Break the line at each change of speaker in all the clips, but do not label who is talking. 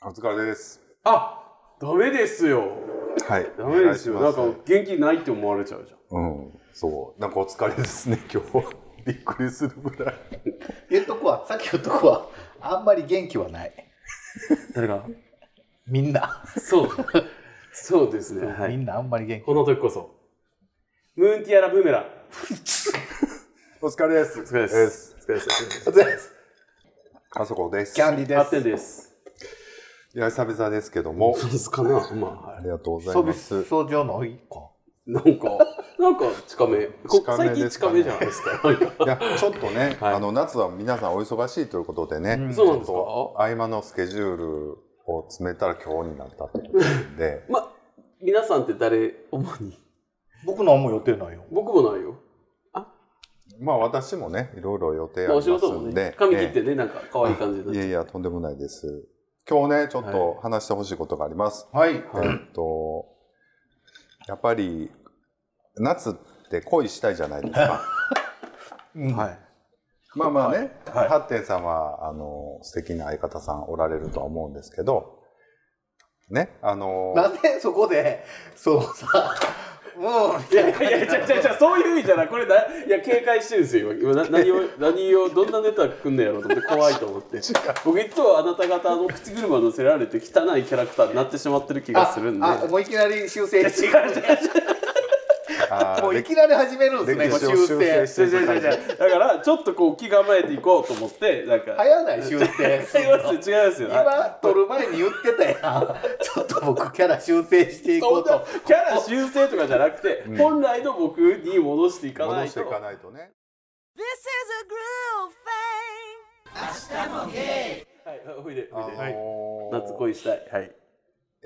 カツカレです。
あダメですよ
はい。
ダメですよ
お願
ないん
し
か
ます
元気ないって思われちゃうじゃん
うん。そう。なんかお疲れですね、 今日は。びっくりするぐらい。
言っとこは、さっき言っとこは、あんまり元気はない。
誰が
みんな、
そうそうですねは
み
い
んなあんまり元気。
この時こそムーンティアラブーメラン
お疲れです。お
お疲れ
で。
ですすお疲れです
あそこです。
キャンディ
発
ー
展
で
です
いや、久々ですけども。
そうですかねまあは
あ
い
りがとうご
す。
ざい
ソビ
ます。
ス上の一個。
なんかなんか近めこ
近め
最近
ですか
近
ね
めじゃないですかなん
い
か
や、ちょっとね、
はい
あの、夏は皆さんお忙しいということでね、
うん
そうなんですか、
合間のスケジュールを詰めたら今日になったということで
ま皆さんって誰主に
僕のも予定ないよ。
僕もないよ
まあ私もね、いろいろ予定あ
まあお
り
仕
ます
事も
ん
ね
で。
髪切っ
え
てねなんか可愛い感じ
えい
で
やいや、とんでもないです。今日ね、ちょっと話してほしいことがあります。
はい。
えっと、やっぱり夏って恋したいじゃないですか。
はい。
まあまあね、
はい
ハッテンさんはあの素敵な相方さんおられるとは思うんですけど、ね、あの
なんでそこで、そのさ、もう、
いやいやいや、ちゃちゃちゃ、そういう意味じゃない、これだ、いや、警戒してるんですよ、今、今な、何を、何を、どんなネタ来んのやろうと思って、怖いと思って。僕いつもあなた方の口車乗せられて、汚いキャラクターになってしまってる気がするんで。
ああもういきなり修正違う
あー
もういきなり始めるんですね
歴史を
修
修正
正
し
違う違う違う違うだから、ちょっとこう気構えていこうと思って、なんか。
早ない修正す
違い
るの
ますよ、違いますよ。はい
今撮る前に言ってたやんちょっと僕キャラ修正していこ
そ
うん
な
と
キャラ修正とかじゃなくて、
うん
本来の僕に戻していかな
戻
い
して
と
いかないとね。
This is a groove thing.
はい、おいで、
あ
おいで、はい、
の
夏恋したい、はい、
い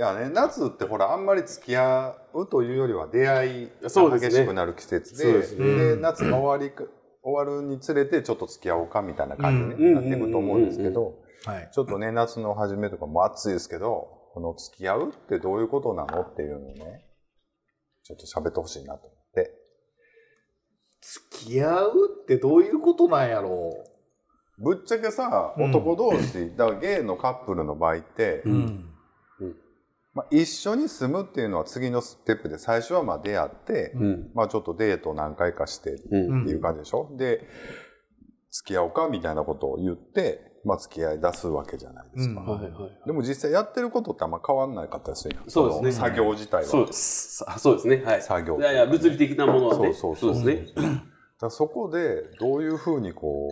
やね、夏ってほらあんまり付き合うというよりは出会い
そう
が
ですね
激しくなる季節で
そうですね
で夏が終わりか終わるにつれてちょっと付き合おうかみたいな感じ
う
に
ん
なっていくと思うんですけど
はい
ちょっとね夏の初めとかも暑いですけどこの付き合うってどういうことなのっていうのをねちょっと喋ってほしいなと思って
付き合うってどういうことなんやろ
ぶっちゃけさ
うん
男同士だからゲイのカップルの場合って、
う、
うん
まあ、一緒に住むっていうのは次のステップで最初はまあ出会って、
うん、
まあ、ちょっとデート何回かして
うん、
っていう感じでしょ、で付き合おうかみたいなことを言って、まあ、付き合い出すわけじゃないですか、
うん
はい、はい。
でも実際やってることってあんま変わんなかったですよね
そうですね
の作業自体は
そうです。あそうですね。はい。
作業
いやいや、物理的なものはね。
そうそうそう
です
だ
ね。
からそこでどういうふうにこう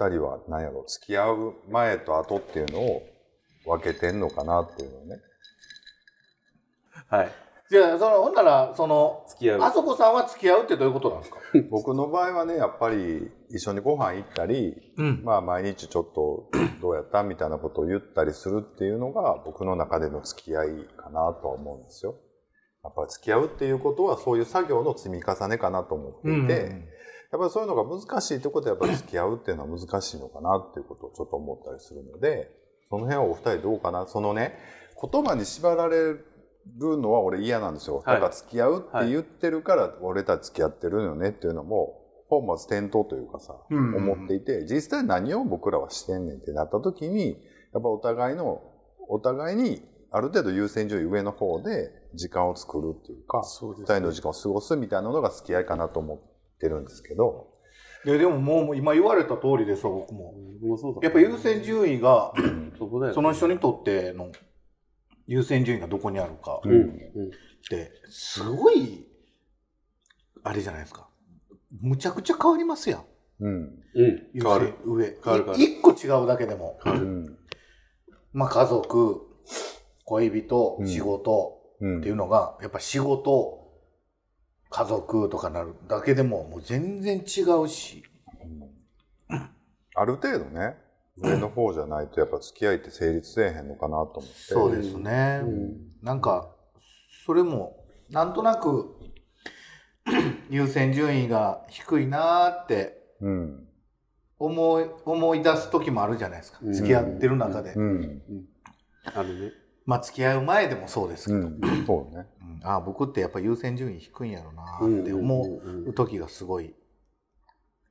2人は何やろ付き合う前と後っていうのを分けてんのかなっていうのをね
はい。
じゃあそのほんならその
付き合う。
あそこさんは付き合うってどういうことなんですか
僕の場合はねやっぱり一緒にご飯行ったり、
うん
まあ、毎日ちょっと どうやったみたいなことを言ったりするっていうのが僕の中での付き合いかなとは思うんですよ。やっぱり付き合うっていうことはそういう作業の積み重ねかなと思っていて、やっぱりそういうのが難しいってことはやっぱり付き合うっていうのは難しいのかなっていうことをちょっと思ったりするのでその辺はお二人どうかなそのね言葉に縛られるのは俺嫌なんですよ、
はい
だから付き合うって言ってるから俺たち付き合ってるよねっていうのも本末転倒というかさ、
うん
思っていて実際何を僕らはしてんねんってなった時にやっぱお互いのお互いにある程度優先順位上の方で時間を作るっていうか
そう
二
です
人の時間を過ごすみたいなのが付き合いかなと思ってるんですけど、
ででももうもう今言われた通りですよ僕も
もうそうだ。
やっぱ優先順位が
そこだよ。
その人にとっての優先順位がどこにあるか
うん。
ってすごいあれじゃないですかむちゃくちゃ変わりますやん
うん
うん。
優
変わる
先上
変わる変わる
い一個違うだけでも
うん
まあ家族恋人
うん
仕事
うん
っていうのがやっぱ仕事家族とかなるだけでももう全然違うし
ある程度ね上の方じゃないとやっぱ付き合いって成立せえへんのかなと思って
そうですね、
うん
なんかそれもなんとなく 優先順位が低いなーって
うん
思い思い出す時もあるじゃないですか
うん
付き合ってる中で、
うん
あるね。
まあ付き合う前でもそうですけ
う
ど、
んそうね
うんああ僕ってやっぱ優先順位低いんやろなーって思
うん
う時がすごい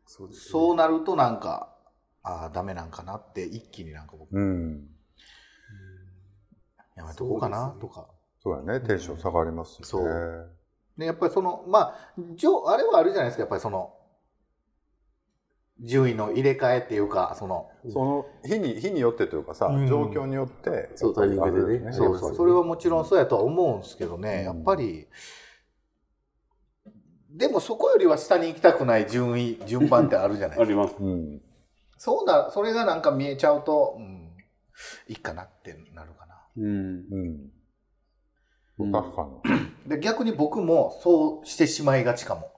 そうですね。
そうなるとなんかああダメなんかなって一気になんか僕
うん
やめとこうかなとか。
そうやね、テンション下がりますよね。
そうね、やっぱりその、まあ、じょあれはあるじゃないですか、やっぱりその、順位の入れ替えっていうか、その、
その日に日によってというかさ、
うん
状況によって
そうタイミング
あ
でね
るよ
ん
そう
あります
そ
よ
う、
ね
それはもちろんそうやとは思うんですけどね、
うん
やっぱり、でもそこよりは下に行きたくない順位、順番ってあるじゃない
あ
ですか。
ります。
うん、
そうな、それがなんか見えちゃうと、うん、いいかなってなるかな。
うん。
う、
うんん
確かに、
で逆に僕もそうしてしまいがちかも。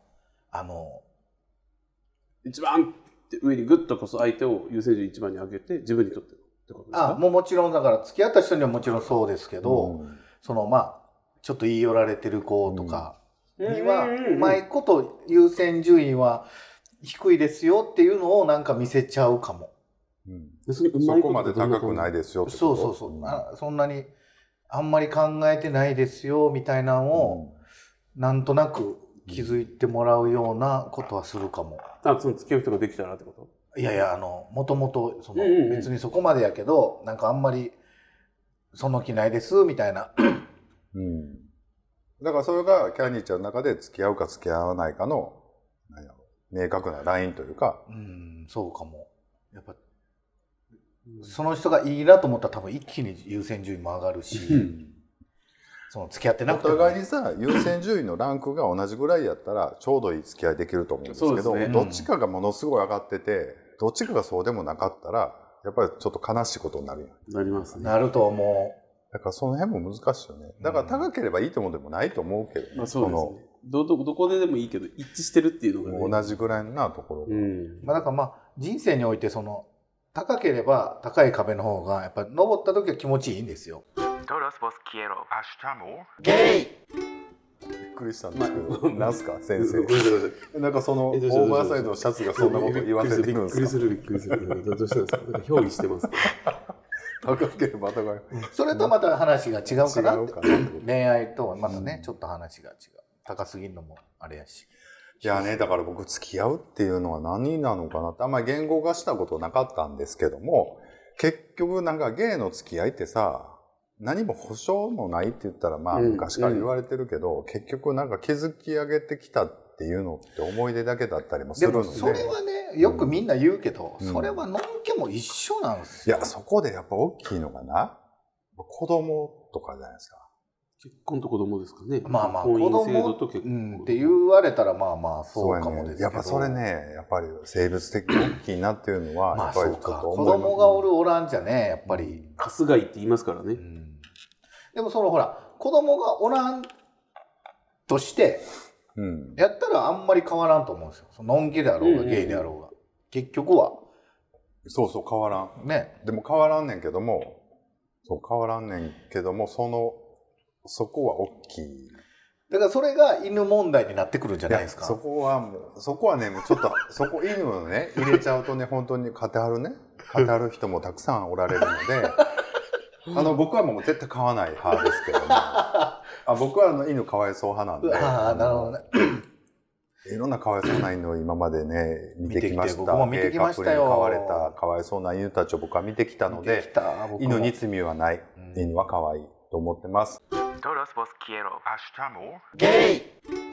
あの、
一番って上にグッとこそ相手を優先順位一番に上げて自分にとってってことです
あ
か
もうもちろんだから付き合った人にはもちろんそうですけど、
ん
そのまあちょっと言い寄られてる子とかには、
う
うん
うんうんうん
まいこと優先順位は低いですよっていうのをなんか見せちゃうかも。
うん、
それう
そ
まい
こまで高くない
で
ですよってこ
そ
と
うそうそう、
ん
あそんなにあんまり考えてないですよみたいなのを、なんとなく気づいてもらうようなことはするかも。
あその付き合う人ができたらってこと
いやいやあのもともとその、
うんうんうん
別にそこまでやけどなんかあんまりその気ないですみたいな。
うん、だからそれがキャニーちゃんの中で付き合うか付き合わないかのなんやろ明確なラインというか、
うん、そうかも。やっぱ、その人がいいなと思ったら多分一気に優先順位も上がるし、その付き合ってな
お
くても
互いにさ優先順位のランクが同じぐらいやったらちょうどいい付き合いできると思うんですけ
そ
ど
うですね
どっちかがものすごい上がっててどっちかがそうでもなかったらやっぱりちょっと悲しいことになるやん
なりますね。
なると思
だからその辺も難しいよねだから高ければいいともでもないと思うけど、
まあそうですね。どどどこででもいいけど一致してるっていう
そ
の
の
がね。
同じぐらいのなところ
う
が、
ん
う。。まあ、だからまあ、人生においてその、高ければ高い壁の方が、やっぱ登った時は気持ちいいんですよ。
Todos vos quiero.
ゲイ
びっくりしたんですけど、なんすか先
ごめんな
生
さいごめんなさい
なんかそのオ
えどうしたどう
ー
した
バーサイズのシャツがそんなこと言わせてくるん
びっく
で
り
す
す
か
るびっくりする。どうしたんですか。なんか評議してます。
高ければ高い
それとまた話が違うかな
違
っ
う
て。
かなってこと
恋愛とはまたね、
うん
ちょっと話が違う。高すぎるのもあれやし。
いやね、だから僕付き合うっていうのは何なのかなって、あんまり言語化したことなかったんですけども、結局なんか芸の付き合いってさ、何も保証もないって言ったらまあ
うん
昔から言われてるけど、結局なんか築き上げてきたっていうのって思い出だけだったりもす
で
るの
も
で。
それはね、よくみんな言うけど、
うん
それはのんけも一緒なんです
い
よ。
や、そこでやっぱ大きいのがな、子供とかじゃないですか。
結婚と子供ですかね。
まあまあ
婚
子
姻
供、
制度と結
う
婚
ん、って言われたらまあまあそうかもですけ
や
ど、
ね。やっぱそれね、やっぱり生物的に大きいなっていうのは、
ま
や
あ
っぱ
そ
り
う
ちょ
か
っと
子
思います
供がおるおらんじゃねやっぱり、
春日井って言いますからね
う。んでもそのほら子供がおらんとして
うん。
やったらあんまり変わらんと思うんですよそののんけであろうが
うん
ゲイであろうが、結局は
そうそう変わらん。
ね
でも変わらんねんけども、そう変わらんねんけども、その、そこは大きい。い
だからそれが犬問題になってくるんじゃないですか
そこはもう、そこはね、もうちょっと、 そこ犬をね、入れちゃうとね、本当に語るね、語る人もたくさんおられる ので、あの、僕はもう絶対飼わない派ですけども、あ僕はあの犬かわいそう派なんで、
ああなるほどね
いろんなかわいそうな犬を今までね、見てきました。
見てきて僕も見てきましたよ
カップルに飼われたかわいそうな犬たちを僕は見てきたの
き
で、
た僕も
犬に罪はない。
うん
犬は可愛いと思ってます。
Todos vos quiero.
ゲイ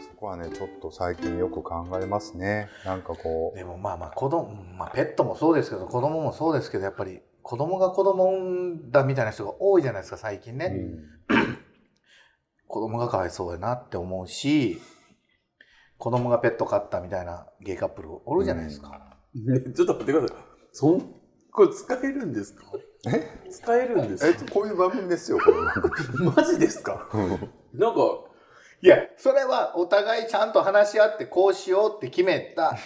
そこはね、ちょっと最近よく考えますね。なんかこう、
でもまあまあ子供、まあ、ペットもそうですけど子供もそうですけどやっぱり子供が子供産んだみたいな人が多いじゃないですか最近ね、子供がかわいそうやなって思うし子供がペット飼ったみたいなゲイカップルおるじゃないですか、
ねちょっと待ってください。そんこれ使えるんですか。使えるんです
え
か。、
こういう番組ですよ、これ。
マジですか。なんか
いやそれはお互いちゃんと話し合ってこうしようって決め た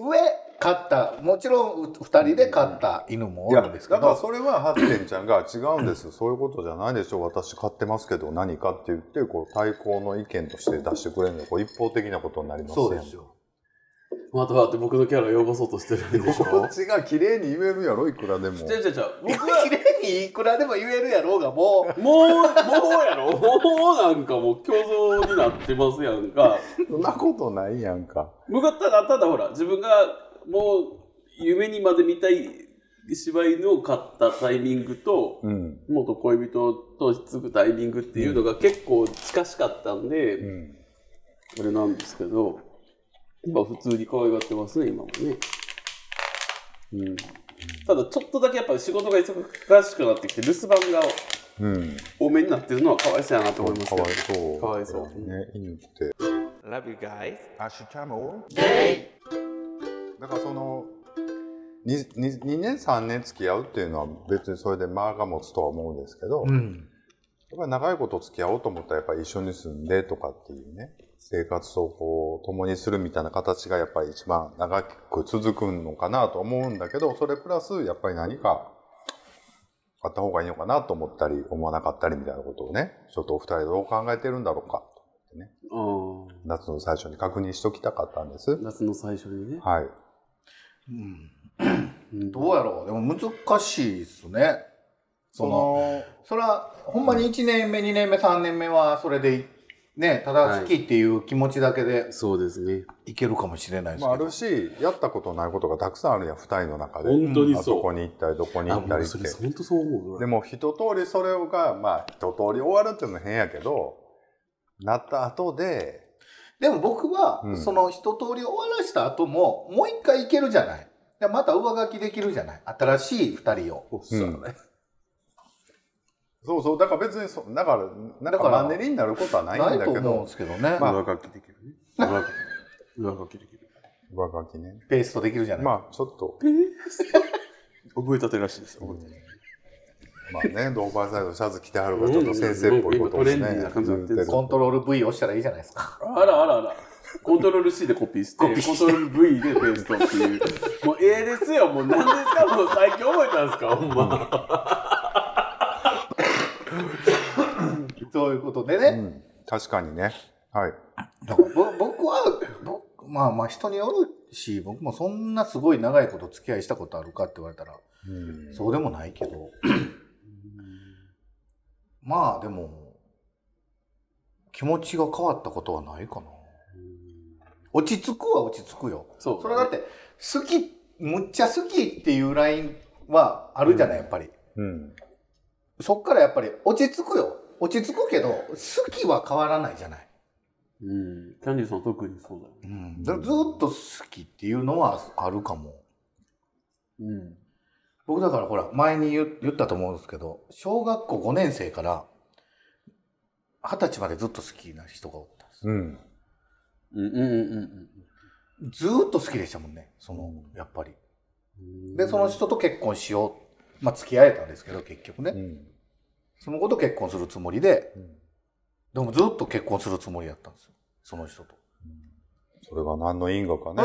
上飼ったもちろん2人で飼った犬もおるんですけ
だから
ど
それはハッテンちゃんが違うんです。そういうことじゃないでしょう。私買ってますけど何かって言って、こう対抗の意見として出してくれるのこう一方的なことになります
そうです
よ。
よ
また待って僕のキャラを汚そうとしてるんでし
こ
ょ
っ。ちが綺麗に言えるやろ、いくらでも。
じゃあじゃあじゃあ僕は
綺麗にいくらでも言えるやろうがもう
もう、もうやろもうなんかもう競争になってますやんか。
そんなことないやんか。
僕はただただほら、自分がもう夢にまで見たい柴犬を飼ったタイミングと、
うん。
元恋人とひっつくタイミングっていうのが結構近しかったんで、
うん。
これなんですけど、今普通に可愛がってますね、今もね。うん、ただ、ちょっとだけやっぱり仕事が忙しくなってきて、留守番が
うん。
多めになってるのは可哀想やなと思います
か
けど
わい。そう。
かわいそう
ね、犬って。
Love you guys.
アシュチャモだからその 2, 2年3年付き合うっていうのは別にそれで間が持つとは思うんですけど、
う
やっ
ん。
ぱり長いこと付き合おうと思ったらやっぱり一緒に住んでとかっていうね生活をこう共にするみたいな形がやっぱり一番長く続くのかなと思うんだけどそれプラスやっぱり何かあった方がいいのかなと思ったり思わなかったりみたいなことをねちょっとお二人どう考えてるんだろうかと思ってね
あ
夏の最初に確認しときたかったんです
あ。夏の最初にね。
はい
うん
どうやろうでも難しいっすね。その、
の
それは、ほんまに1年目、2年目、3年目は、それで、ね、ただ好きっていう気持ちだけで
そうですね。
いけるかもしれないですけ
ま
ど。
あ、あるしやったことないことがたくさんあるやん2人の中で
本当に
あ
そう
どこに行ったりどこに
あ、
行った
も
り
う
って
それ、本当そう思う。
でも一通りそれがまあ一通り終わるっていうのは変やけどなった後で
でも僕は、
うん
その一通り終わらした後も、もう一回いけるじゃない。でまた上書きできるじゃない。新しい二人を。
おっしゃるね。
そうそうだから別にそだからなん
だか
からマンネリになることはないん
な
だ
いと
け
思うん
ど
ですけどね。
まあ
上書きできるね。上書き。上書きできる。
上書きね
ペーストできるじゃない。
まあちょっと
覚えたてらしいですよ。覚えたて
まあねドーバーサイドシャツ着てはるからちょっと先生っぽいことをね
うんうんうん今トレンディーな感じになってる
コントロール V 押したらいいじゃないですか。
あらあらあら。コントロール C でコピーして、コ
コピーして
ントロール V でペーストっていう。 もうええですよ、もう何ですか、もう最近覚えたんですか、ほんま。
そういうことでね。
うん確かにねはい
だからぼ僕は僕まあまあ人によるし僕もそんなすごい長いこと付き合いしたことあるかって言われたら
うん
そうでもないけどまあでも気持ちが変わったことはないかな落ち着くは落ち着くよ
そう。
それはだって好きむっちゃ好きっていうラインはあるじゃないやっぱり
うん
そっからやっぱり落ち着くよ落ち着くけど好きは変わらないじゃない
うん。キャンディーさん特にそうだよ。
うん、ずずっと好きっていうのはあるかも。
うん。
僕だからほら、前に言う言ったと思うんですけど、小学校5年生から20歳までずっと好きな人がおったんです。
うん
うんうんうん
ずっと好きでしたもんね、その、やっぱり。
うん。
で、その人と結婚しよう。まあ、付き合えたんですけど、結局ね。
うん
その子と結婚するつもりで、
うん
でもずっと結婚するつもりやったんですよ、その人と。
それが何の因果かね。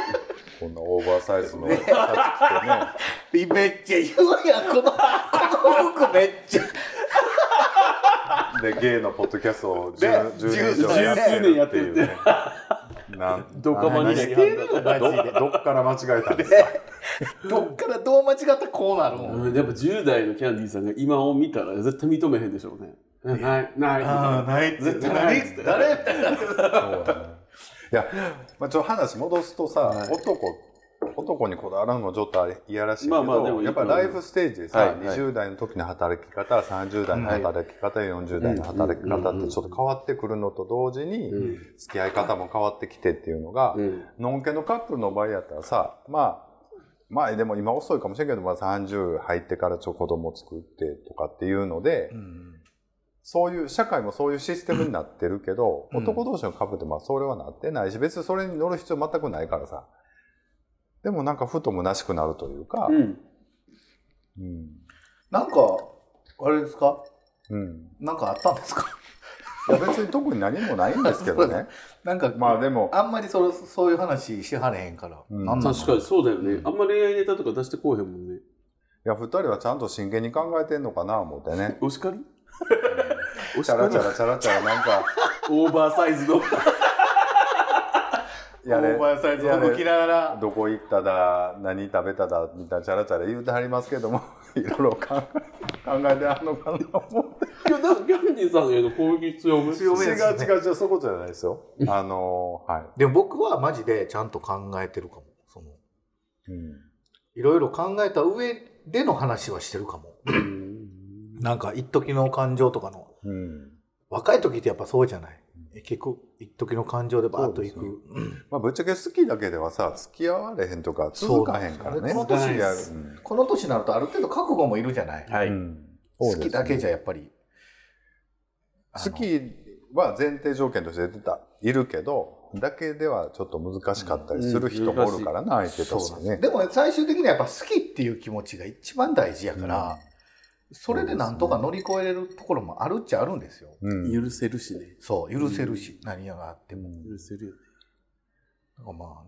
こんなオーバーサイズのシャツ着てね。
めっちゃ言うやん、この、この服めっちゃ。
で、ゲイのポッドキャストを 10,
ね
10年以上やってるっていうね。 なん
ドカマに
何
して
マジで。
どどっから間違えたんですか
どっからどう間違ったらこうなるもん。
うん、やっぱ10代のキャンディーさんが今を見たら絶対認めへんでしょうね。うんない、ない。
ああ、ない
絶対ないっつって
誰誰
そうだねいや、まあ、ちょっと話戻すとさ、男、男にこだわるのもちょっとあれいやらしいけど、
まあまあでも
やっぱライフステージでさ、
はいはい
20代の時の働き方、30代の働き方、40代の働き方ってちょっと変わってくるのと同時に、
うん
付き合い方も変わってきてっていうのが、
うん。
のんけのカップルの場合やったらさまあまあでも今遅いかもしれんけど、まあ、30入ってからちょ子供作ってとかっていうので、そういう社会もそういうシステムになってるけど、
うん
男同士のカップルってまあそれはなってないし別にそれに乗る必要全くないからさでもなんかふと虚しくなるというか、
うん。
うん
なんか、あれですか
うん、
なんかあったんですか
いや別に特に何もないんですけど
そう
ね
だなんか、
まあでも
あんまりそのそういう話しはれへんから。
うん
なんなの
確かにそうだよね。あんま恋愛ネタとか出してこうへんもんね。
いや2人はちゃんと真剣に考えてんのかな思ってね
お叱りお
チ
叱
ャラ
り
チャラチャラチャラなんか
オーバーサイズの。
やれ
オーバーサイズ
やれ
服着ながら。
どこ行っただ何食べただみたいなチャラチャラ言うてはりますけども いろいろ考え考えてあんのかな思って
今日なんかギャンディーさんへの攻撃強め。
強め
違
で
う
すね
違う違うそういうことじゃないです よあのーは
でも僕はマジでちゃんと考えてるかも。その
い、うん、
いいろいろ考えた上での話はしてるかも。なんか一時の感情とかの
うん
若い時ってやっぱそうじゃない結局一時の感情でバーッとい
そうで
く、うん
まあ、ぶっちゃけ好きだけではさ付き合われへんとか続かへんからね
そうです
ね
やる
この年になるとある程度覚悟もいるじゃない、
は
う
い。
ん
好きだけ
じゃ
じゃやっぱりあ
好
の
きは前提条件として出てたいるけどだけではちょっと難しかったりする人もおるからな、相手として
そうなん
ね
ですでも最終的にはやっぱ好きっていう気持ちが一番大事やから、それでなんとか乗り越えれるところもあるっちゃあるんですよ
うん
許せるしね。
そう許せるし、何があっても、
許せるよね。
だからま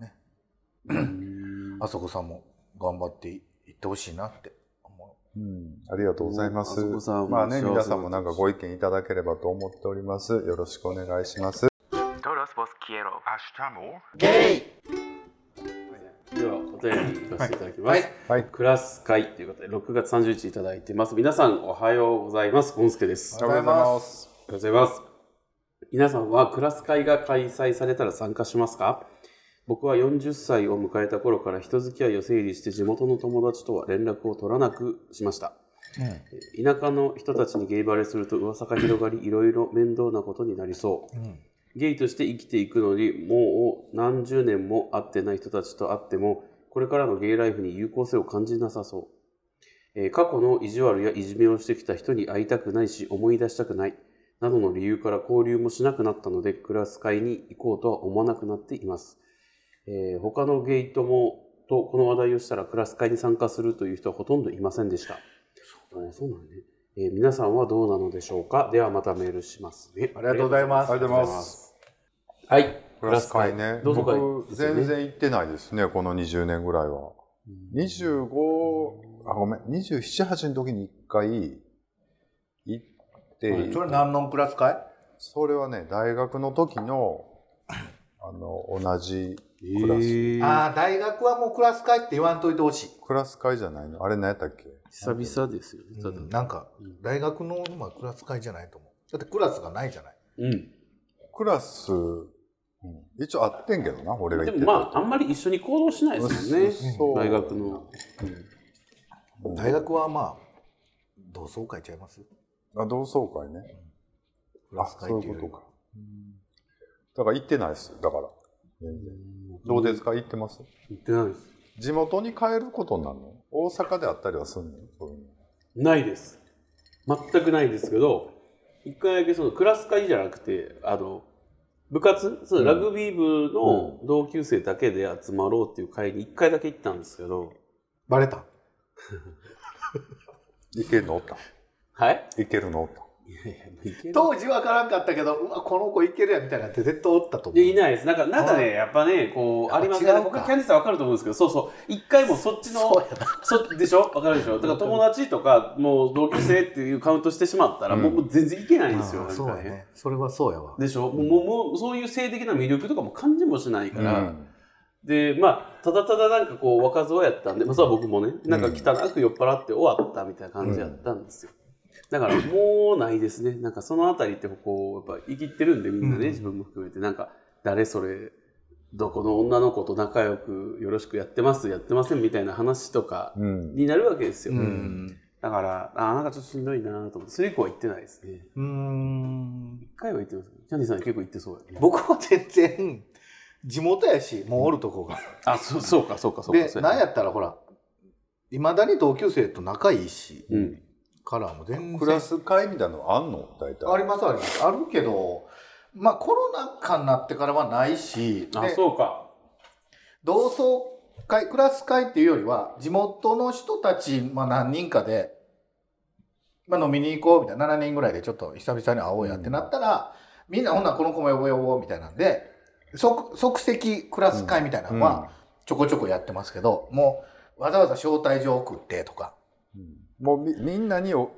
あねあそこさんも頑張っていってほしいなって思
うんありがとうございます
あそこさんも
まあね
幸せ
皆さんもなんかご意見いただければと思っておりますよろしくお願いします
Todos vos quiero.
うゲイ
では、お便り行かせていただきます。
はい
クラス会ということで、6月30日いただいてます。皆さん、おはようございます。ゴンスケです。
おはようございます
おはようございます。皆さんはクラス会が開催されたら参加しますか僕は40歳を迎えた頃から人付き合いを整理して地元の友達とは連絡を取らなくしました。え田舎の人たちにゲイバレすると噂が広がり、いろいろ面倒なことになりそう。ゲイとして生きていくのに、もう何十年も会ってない人たちと会っても、これからのゲイライフに有効性を感じなさそう。えー過去の意地悪やいじめをしてきた人に会いたくないし思い出したくないなどの理由から交流もしなくなったのでクラス会に行こうとは思わなくなっています、えー他のゲイ友とこの話題をしたらクラス会に参加するという人はほとんどいませんでしたそうそうなんね、えー皆さんはどうなのでしょうかではまたメールしますね
ありがとうございます
ありがとうございますはい
クラス会ね
同窓会
僕
ですよね
全然行ってないですねこの20年ぐらいは25あごめん278の時に1回行って、
それ何のクラス会
それはね大学の時のあの同じクラス、
ああ大学はもうクラス会って言わんといてほしい、
クラス会じゃないのあれ何やったっけ
久々ですよねただ
うんなんか大学の今クラス会じゃないと思うだってクラスがないじゃない
うん
クラス、うん一応あってんけどな俺が
で
行っ
も
て
まああんまり一緒に行動しないですよね
そう
大学の
大学はまあ同窓会ちゃいます
あ同窓会ね
クラ
あ
ス
そ
会っ
う
て
い
いう
うこ
より
とかだから行ってないですだから全然どうですか行ってます
行ってないです
地元に帰ることなの大阪であったりはすんのそういうの
ないです全くないですけど一回だけそのクラス会じゃなくてあの部活そのラグビー部の同級生だけで集まろうっていう会に一回だけ行ったんですけど
バレた
行けるのおった
はい
行けるのおった
いやいや行ける
当時わからんかったけどうわこの子いけるやみたいなって絶対おったと思
いうやいないですなんかなんかねやっぱねこう
や
あ
っぱ
ります
違う
ね
か
僕キャンディーさんわかると思うんですけどそうそう一回もそっちの
そうやな
そでしょわかるでしょだから友達とかもう同級生っていうカウントしてしまったらもう,、
うん
もう全然いけないんですよ、
あー
なん
そう
か
やねそれはそうやわ
でしょ、もうもうもうそういう性的な魅力とかも感じもしないから、
うん
でまあただただなんかこう若造やったんで、まあ、それは僕もねなんか汚く酔っ払って終わったみたいな感じやったんですよ、だからもうないですねなんかそのあたりってこうやっぱ生きってるんでみんなね、
うん
自分も含めてなんか誰それどこの女の子と仲良くよろしくやってますやってませんみたいな話とか
うん
になるわけですよ、
うん
だからあーなんかちょっとしんどいなと思ってそれ以降は行ってないですね
うーん
一回は行ってますキャンディーさん結構行ってそうやね
僕は全然地元やしもうおるとこが
あそうそうかそうかそうか
で
そう
なんやったらほらいまだに同級生と仲いいし
うん
カラーも全然
クラス会みたいなのあんの大体
ありますありますあるけどまあコロナ禍になってからはないし
あ
で
そうか
同窓会クラス会っていうよりは地元の人たち、まあ、何人かで、まあ、飲みに行こうみたいな7人ぐらいでちょっと久々に会おうやってなったら、みんなほんならこの子も呼ぼう呼ぼうみたいなんで即即席クラス会みたいなのはちょこちょこやってますけど、もうわざわざ招待状送ってとか
もうみみんなにお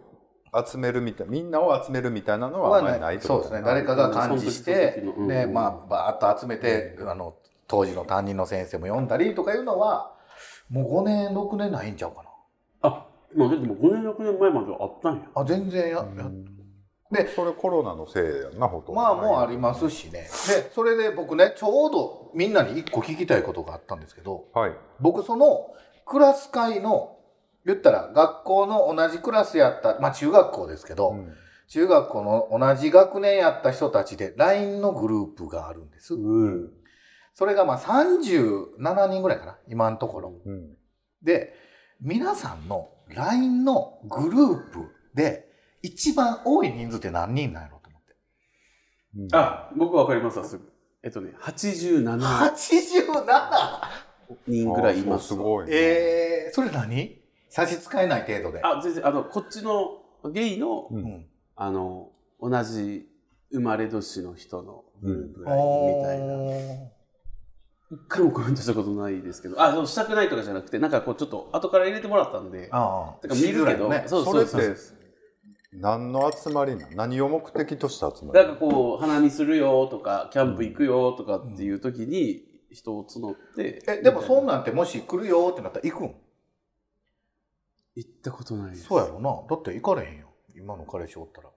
集めるみたいみんなを集めるみたいなのはあ
は
んまり
な
ないいってこ
そう
と
で
だ
すね
な
誰かが感じして
その時その時のうん
でまあバーッと集めて、あの当時の担任の先生も読んだりとかいうのはもう5年6年ないんちゃうかな。
あまあでも5年6年前まではあったんや
あ全然ややで
それコロナのせいやんなほとんど
まあもうありますしねでそれで僕ねちょうどみんなに一個聞きたいことがあったんですけど
はい
僕そのクラス会の、言ったら学校の同じクラスやった、まあ中学校ですけど、
うん
中学校の同じ学年やった人たちで LINE のグループがあるんです。
うん。
それがまあ37人ぐらいかな、今のところ。
うん
で、皆さんの LINE のグループで一番多い人数って何人なんやろうと思って。
うん
あ、僕わかりますわ、すぐ。えっとね、87
87!
人ぐらいいます。
あそうすごいな。
えー、それ何差し支えない程度で。
あ、全然、あの、こっちの、ゲイの、
う
うんん。
あの、同じ生まれ年の人のグループラインみたいな。
お
一回もコメントしたことないですけど、あ、でもしたくないとかじゃなくて、なんかこう、ちょっと後から入れてもらったんで、
ーあ
だ
あ。
から見るけど、
しづらいよね。
そう
そ
そ
れ
う
っ
そう
て何の集まりなん何を目的とした集まり
なんかこう、花見するよとか、キャンプ行くよとかっていう時に、人を募って、
え、でもそん
な。
なんてもし来るよってなったら行くん
行ったことないです
そうやろな。だって行かれへんよ。今の彼氏おったら。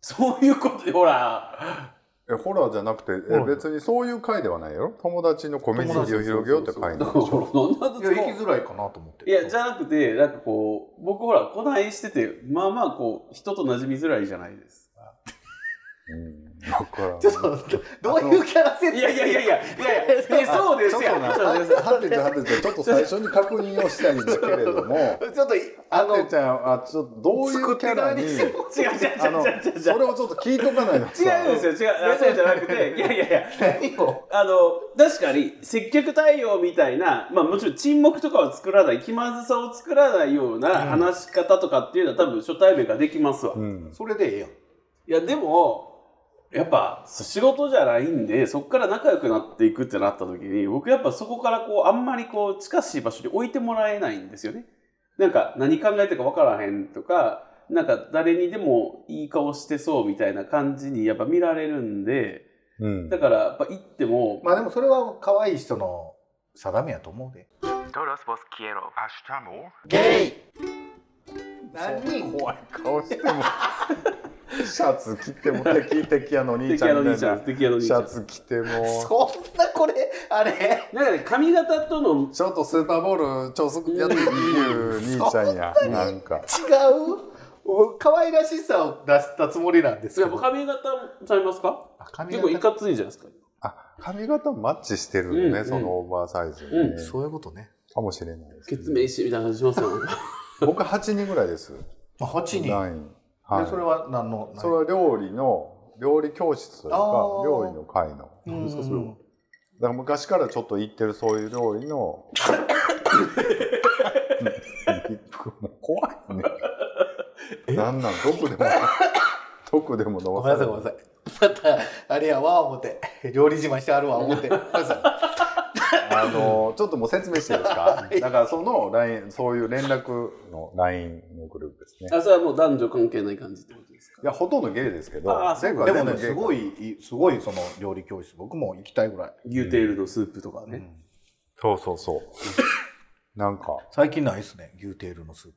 そういうことで、ほら。
えホラーじゃなくて
ホ
え
ラー
別にそういう会ではないよ友達のコミュニティを広げようって会なんでしょ
なん
い
で
や、
そこ
行きづらいかなと思って。
いや、じゃなくて、なんかこう、僕ほら、こないしてて、まあまあこう、人と馴染みづらいじゃないですか。
うんだ から
ちょっと、どういうキャラ設
い
定
やいやいやいや、いやいや、いやそうですよ。
ちょっとなハテちゃんハテちゃんちょっと最初に確認をしたいんだけれども
ちょっとい、あ
ハ
の、
テちゃんあちょっとどういうキャラに
作って
違う違う
あの
違う違う違う違う。
それをちょっと聞いとかないの
違うんですよ、違う。あそうじゃなくて、いやいやいや。
何を
あの、確かに、接客対応みたいな、まあもちろん沈黙とかは作らない、気まずさを作らないような話し方とかっていうのは多分初対面ができますわ。
うん
それでええやん。
いや、でも、やっぱ仕事じゃないんで、そこから仲良くなっていくってなった時に、僕やっぱそこからこう、あんまりこう、近しい場所に置いてもらえないんですよね。なんか、何考えてるか分からへんとか、なんか誰にでもいい顔してそうみたいな感じにやっぱ見られるんで、
うん
だからやっぱ行っても、
まあでもそれは可愛い人の定めやと思うで。
Todos vos quiero.
ゲイ何人
怖い顔してもシャツ着ても敵敵やの兄
敵
ちゃ
屋
ん
の
み
兄
た
ち
い
ゃ、
なん
敵屋の兄
シ
ちゃ
ャ
ん。
ツ着ても
そんなこれ、あれ
なんかね、髪型との、
ちょっとスーパーボール超速やっていいいう兄ちゃんやなんか
違うお可愛らしさを出したつもりなんです
い
け
やっ
ど。
ぱ髪型ちゃいますか
あ髪
結
型
構いかついじゃないですか。
あ髪型マッチしてるよね、
うん
そのオーバーサイズにね、
うん
そういうことね。
かもしれないですね、
決明しみたいな感じしますよね。
僕8人ぐらいです
まあ、8人。で、
ラインはい
それは何の
それは料理の料理教室というか
あー
料理の会のだ
何ですか、それは。
から昔からちょっと行ってるそういう料理のもう怖い ねなんなん毒で も毒でも飲
ご
ま
めんな
される
さい、ごめんなさい。また、あれやわ、思って。 料理自慢してあるわ、 思って。ごめんなさ
あのちょっともう説明していいですかだからその LINE そういう連絡の LINE のグループですね
あ、それはもう男女関係ない感じってことですか
いやほとんどゲイですけど
あーそう
前
い。
回
で
は
も
全
ね、
部ゲイ
すごいいい、すごい、その料理教室、僕も行きたいぐらい。
牛テールのスープとかね。
そうそうそう。なんか、
最近ないですね、牛テールのスープ。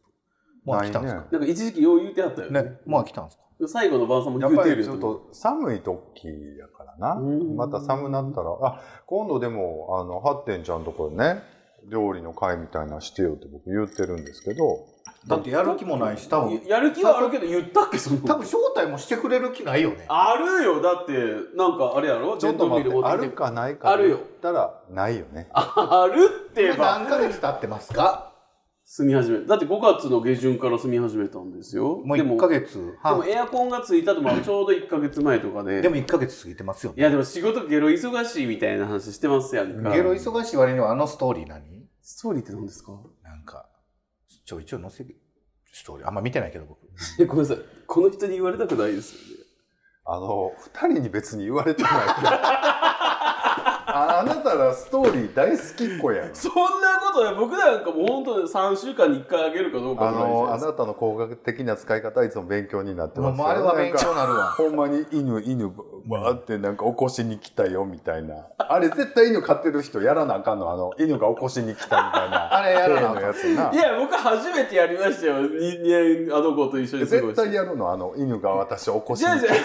もう飽きたんですか
ない
なんか一時期よう言うてあったよね。
ね、もう飽きたんですか
最後の晩餐も
やっ
牛
ぱ
テール
り
や
ち
と
ょっ
思う。
と寒い時やからな。
うん
また寒なったら、あ、今度でも、あの、ハッテンちゃんところね、料理の会みたいなのしてよって僕言ってるんですけど、
だってやる気もないし、多分、
ややる気はあるけど言ったっけその。
多分招待もしてくれる気ないよね。
あるよ。だってなんかあれやろ。
ちょっと待って、あるかないか
あるよ
言ったら、ないよね。
あるってば。
何ヶ月経ってますか
住み始め。だって5月の下旬から住み始めたんですよ。
もう
でも
1ヶ月
でも
半。
エアコンがついたとまあちょうど1ヶ月前とかで。
でも1ヶ月過ぎてますよ
い
ね。
やでも仕事ゲロ忙しいみたいな話してますやんか。
ゲロ忙しい割にはあのストーリー何
ストーリーって何ですか
なんか、ちょいちょい載せるストーリー。あんま見てないけど僕。
ごめんなさい。この人に言われたくないですよね。
あの、二人に別に言われてないけどああなたらストーリー大好きっ子やん。
そんなことない僕なんかもう本当に3週間に1回あげるかどうか
あ
ぐらいじゃ
の、
な
あ
いですか
なたの工学的な使い方はいつも勉強になって
も
ます
うあれは勉
なんか
強になるわ。
ほんまに犬犬わーってなんか起こしに来たよみたいなあれ絶対犬飼ってる人やらなあかんのあの犬が起こしに来たみたいな
あれやらなあかん
例のやつない
や僕初めてやりましたよ2年あの子と一緒に過ご
絶
して
対やるのあの犬が私起こしに来たっ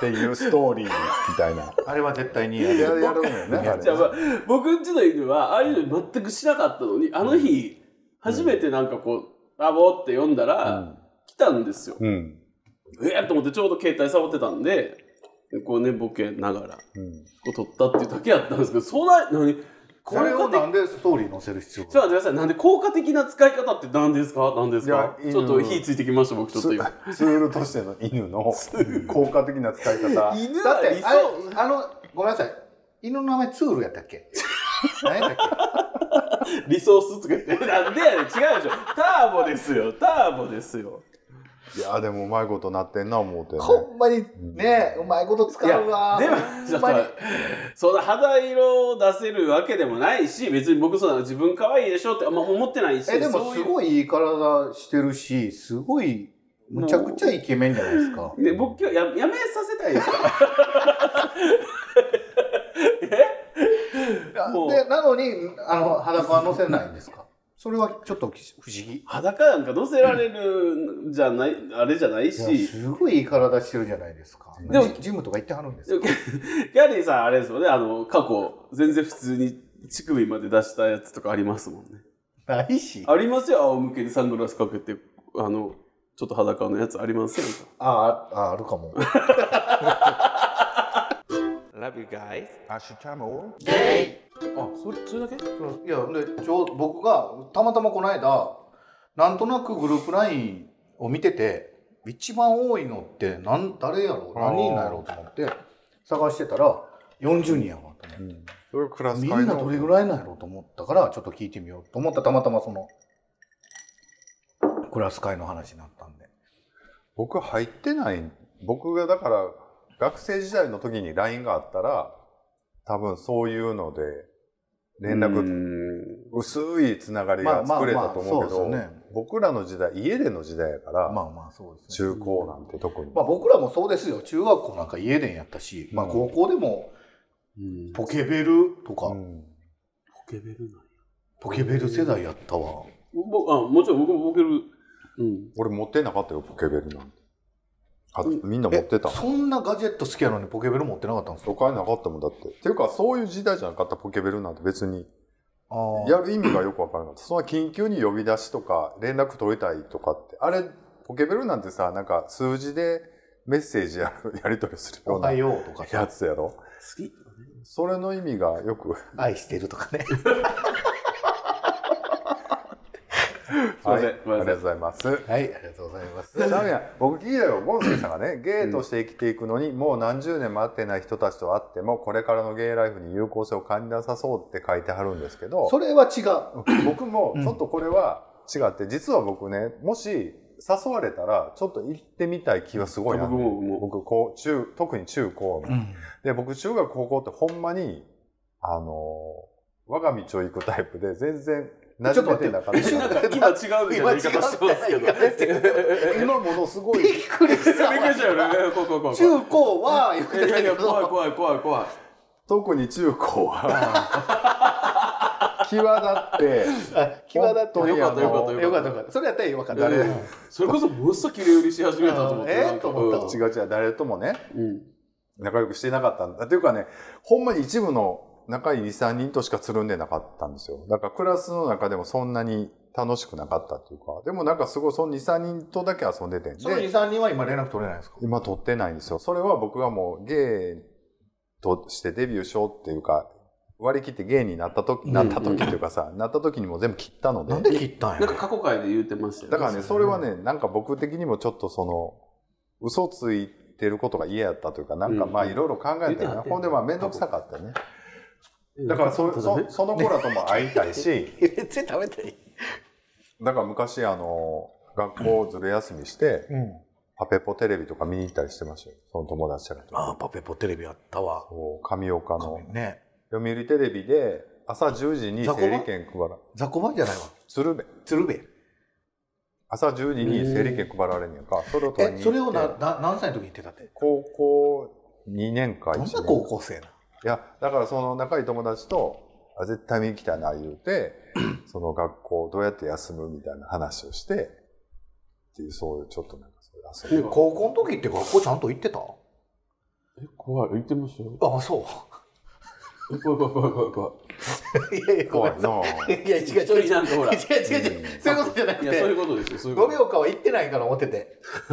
ていうストーリーみたいな
あれは絶対に
や
やる。
やるのよねあれ
じゃあ、まあ、僕んちの犬はああいうの全くしなかったのにあの日、初めてなんかこう、あぼーって読んだら、来たんですよ。
うん。
えーっと思ってちょうど携帯触ってたんで、こうね、ボケながら、こ
うん。
う撮ったっていうだけやったんですけど、そんな、何効
これを
果
な
的
んでストーリー載せる必要
ちょっ
が
と待ってください。なんで効果的な使い方って何ですか何ですか
いやいい
ちょっと
の
火ついてきました、僕ちょっと今。
ツツールとしての犬 の効果的な使い方。
犬
だっ
は
て
理
あれ
想
あのごめんなさい犬の名前ツールやったっけ何やったっ
リソースつけて。 なんでやねん違うでしょ。ターボですよ。ターボですよ。
いや、でもうまいことなってんな、思うて
け
ね。
ほんまにねうまいこと使うわ
でもちょ
ほ
っと
んまに
その肌色を出せるわけでもないし別に僕そうなの自分可愛いでしょってあんま思ってないし
えでも
そう
す
いう
ごいいい体してるしすごいむちゃくちゃイケメンじゃないですか
ね、僕今日ややめさせたいですか
あ
もう
でなのにあの裸は載せないんですかそれはちょっと不思議
裸なんか乗せられるんじゃないあれじゃない
い
し
やすごいいい体してるじゃないですか
で
で
も
もジムとか行ってはるんです
で
か
もギャリーさんあれですよねあの過去全然普通に乳首まで出したやつとかありますもんね
ないし
ありますよ仰向けにサングラスかけてあのちょっと裸のやつありますよ
あああるかも
Love you guys
アッシュチャムを
あそれそれだけ
いやでちょう僕がたまたまこの間なんとなくグループラインを見てて一番多いのってなん誰やろう何人なんやろうと思って探してたら40人やわと思って。
うん。それがクラス
み
会
ん
の。
などれぐらいなんやろうと思ったからちょっと聞いてみようと思ったらたまたまそのクラス会の話になったんで
僕入ってない僕がだから学生時代の時に LINE があったら多分そういうので連
う
絡
ーん
薄いつながりが作れたと思うけ
まあまあまあそ
ど
うですね
僕らの時代家での時代やから、
まあまあそうですね
中高なんて特に、
まあ僕らもそうですよ中学校なんか家でやったし、まあ
うん
高校でも
うん
ポケベルとか、
うん
ポケベルな
ポケベル世代やったわ
ぼあもちろん僕もボケる、うん、
俺持ってなかったよポケベルなんてあ
うん
みんな持ってた
そんなガジェット好きやのにポケベル持ってなかったんですか
都会なかったもんだってっていうかそういう時代じゃなかったポケベルなんて別に
あー
やる意味がよくわからなかった。その緊急に呼び出しとか、連絡取りたいとかって、あれ、ポケベルなんてさ、なんか数字でメッセージやるや り取りするよ
お
うな
は
や
ようとかさ
つやろ。
好き
それの意味がよく、
愛してるとか ね
はい、ありがとうご
せんすいません
ざいます。
はいありがとうございます
ダメや僕聞いたよゴンスケさんがねゲイとして生きていくのに、もう何十年も会ってない人たちと会ってもこれからのゲイライフに有効性を感じなさそうって書いてはるんですけど
それは違う
僕もちょっとこれは違って、実は僕ねもし誘われたらちょっと行ってみたい気はすごいな
僕も僕も
僕こう中特に中高、
うん
で僕中学高校ってほんまにあのー我が道を行くタイプで全然馴染めてなかった
なんか今違うみたいな言い方してますけど。びっく
今ものすごい
びっくりした
りしたよね。怖い怖い怖い。
中高は言っ
い
て
や
た
い
け
や怖い
ど
怖い怖い怖い。
特に中高は 際立って
あ際立って
本当に
よかったよかった
あの
よかったよかったそれやったら分かった、
誰それこそもっさ切れ売りし始めたと思って。
あーえー
なんか
と思ったわ
違う違う誰ともね
うん。
仲良くしてなかったんだというかねほんまに一部の仲いい23人としかつるんでなかったんですよだからクラスの中でもそんなに楽しくなかったっていうかでもなんかすごいその23人とだけ遊んでてん
その
で
23人は今連絡取れないんですか
今撮ってないんですよそれは僕がもうゲイとしてデビューしようっていうか割り切ってゲイになった時なった時っていうかさ、なった時にもう全部切ったので
なんで切ったん
な
や
んか過去回で言ってましたよ。
だからね、それはね、なんか僕的にもちょっとその、嘘ついてることが嫌やったというか、なんかまあ
うん
いろいろ考えてる
言っては
な。
った
ほんでまあ面倒くさかったね。
うん
だからそ
そうだね
そその子らとも会いたい し、
別に食べたい
だから昔あの、学校ずる休みして、
うん
パペポテレビとか見に行ったりしてましたよ。その友達らと。
ああパペポテレビやったわ
そう神岡の
ね
読売テレビで朝10時に整
雑魚場
理券配ら、
雑魚版じゃないわ
鶴瓶。
鶴瓶
朝10時に整理券配られんやんか。それを取り
え
に
それ
行
を
って
なな何歳の時に言ってたって
高校2年か
どん
1年
な高校生ない
やだからその仲いい友達とあ絶対見に来たいな言うて その学校どうやって休むみたいな話をしてっていうそういうちょっとなんかそういう遊び
高校の時って学校ちゃんと行ってた
え怖い言ってましたよ。
ああそう
怖い怖い怖い怖い怖い。
いやいやご
怖
めん
い
なさ
ない
いや違う
一
違う違う違う違う
人なんかほら。い
そういうことじゃなく
や、そういう
て
ことですよ。そういうこ
五
と
秒間は行ってないから思ってて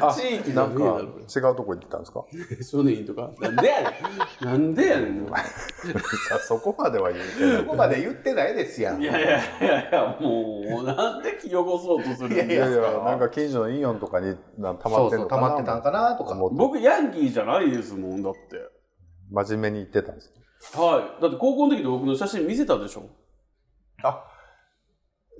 あ
地域
な
の
ん
ね
か違うとこ行ってたんですか
少年院とか。なんでやねん。なんでやねん。
いやそこまでは言うけ
そこまで言ってないですやん
い
い
やいやいやいや、もう、なんで汚そうとするんだよ
どいやいやなんか近所のイオンとかにな溜ま
そ
っ
う
てん
そう
のか
溜
な
まってたんかなとか
思って
僕、ヤンキーじゃないですもん、だって。
真面目に言ってたんです
はい。だって高校の時の僕の写真見せたでしょ。
あ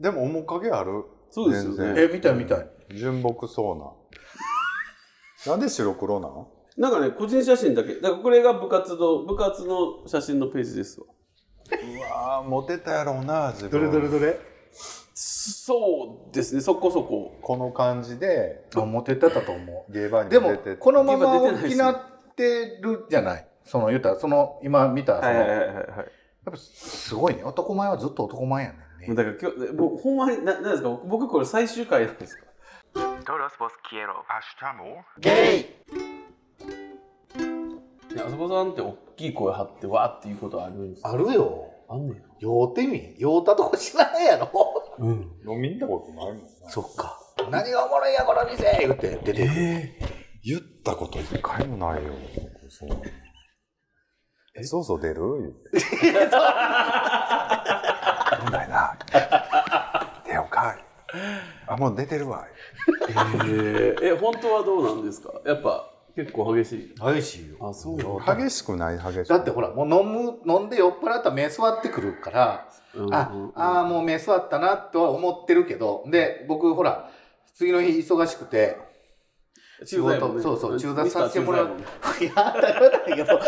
でも面影ある
そうですよね
全然
え見たい見たい
純朴そう ななんで白黒なん
なんかね、個人写真だけ。だからこれが部活の、部活の写真のページですわ。
うわーモテたやろうな自分
どれどれどれ
そうですね、そこそこ。
この感じで
あモテてたと思
ゲーバー
う
に
で
出て
も
って
このまま
今出て
補
ないです
ってるじゃないその言うたらその今見たそのやっ
はいはい。
ぱすごいね男前はずっと男前やねん
もうだ
ね
から今日、もうほんまに、ななんですか、僕これ最終回なんですか。
Todos vos quiero.
ゲイ
ねあそこさんって大きい声張ってわーっていうことあるんですか
あるよ
あんねん。
酔うてみ酔うたとこ知らないやろ
うん。
飲みに行ったことないもんな
そっか何がおもろいんやこの店言って出てくる
言ったこと一回もないよそうえそうそう出る言って 出ないな出ようかあもう出てるわ
ええ、本当はどうなんですかやっぱ結構激しい。
ないしよ
あ、そうよ。
激しくない激しく
だ
ない
ってほらもう飲む飲んで酔っ払ったら目座ってくるからあ、あーもう目座ったなとは思ってるけどで僕ほら次の日忙しくて
う
仕事、そうそう中断させてもらう
はい
や当たり前だけど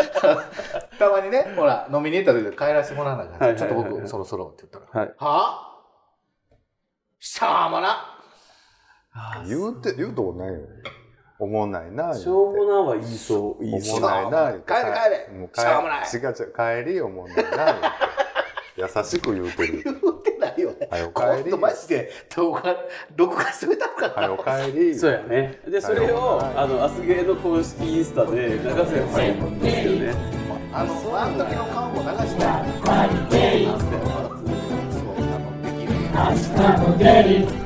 たまにねほら飲みに行った時で帰らせてもらわなかっ
はい
た
はい
ちょ
は
っ
いは
と
い
僕そろそろって言ったら
い。
「はあしゃーもな
言うて言うとこないよ思んないな言うて
しょうもなは言いそう。言い
思
そうう。
ないな言うて
帰れ帰れ
もう
しょうもない
違う違う帰り思うないな 言うて優しく言うてる」
言うてないよね
はよ
今
帰り
度マジで動画録画しておいたのかな
はよ帰り
そうやね。で、それを、あの、アスゲーの公式インスタで流せばいいんですよね。
あの、あの時の顔も流したい。そう、あの、できる。
Hasta poder ir.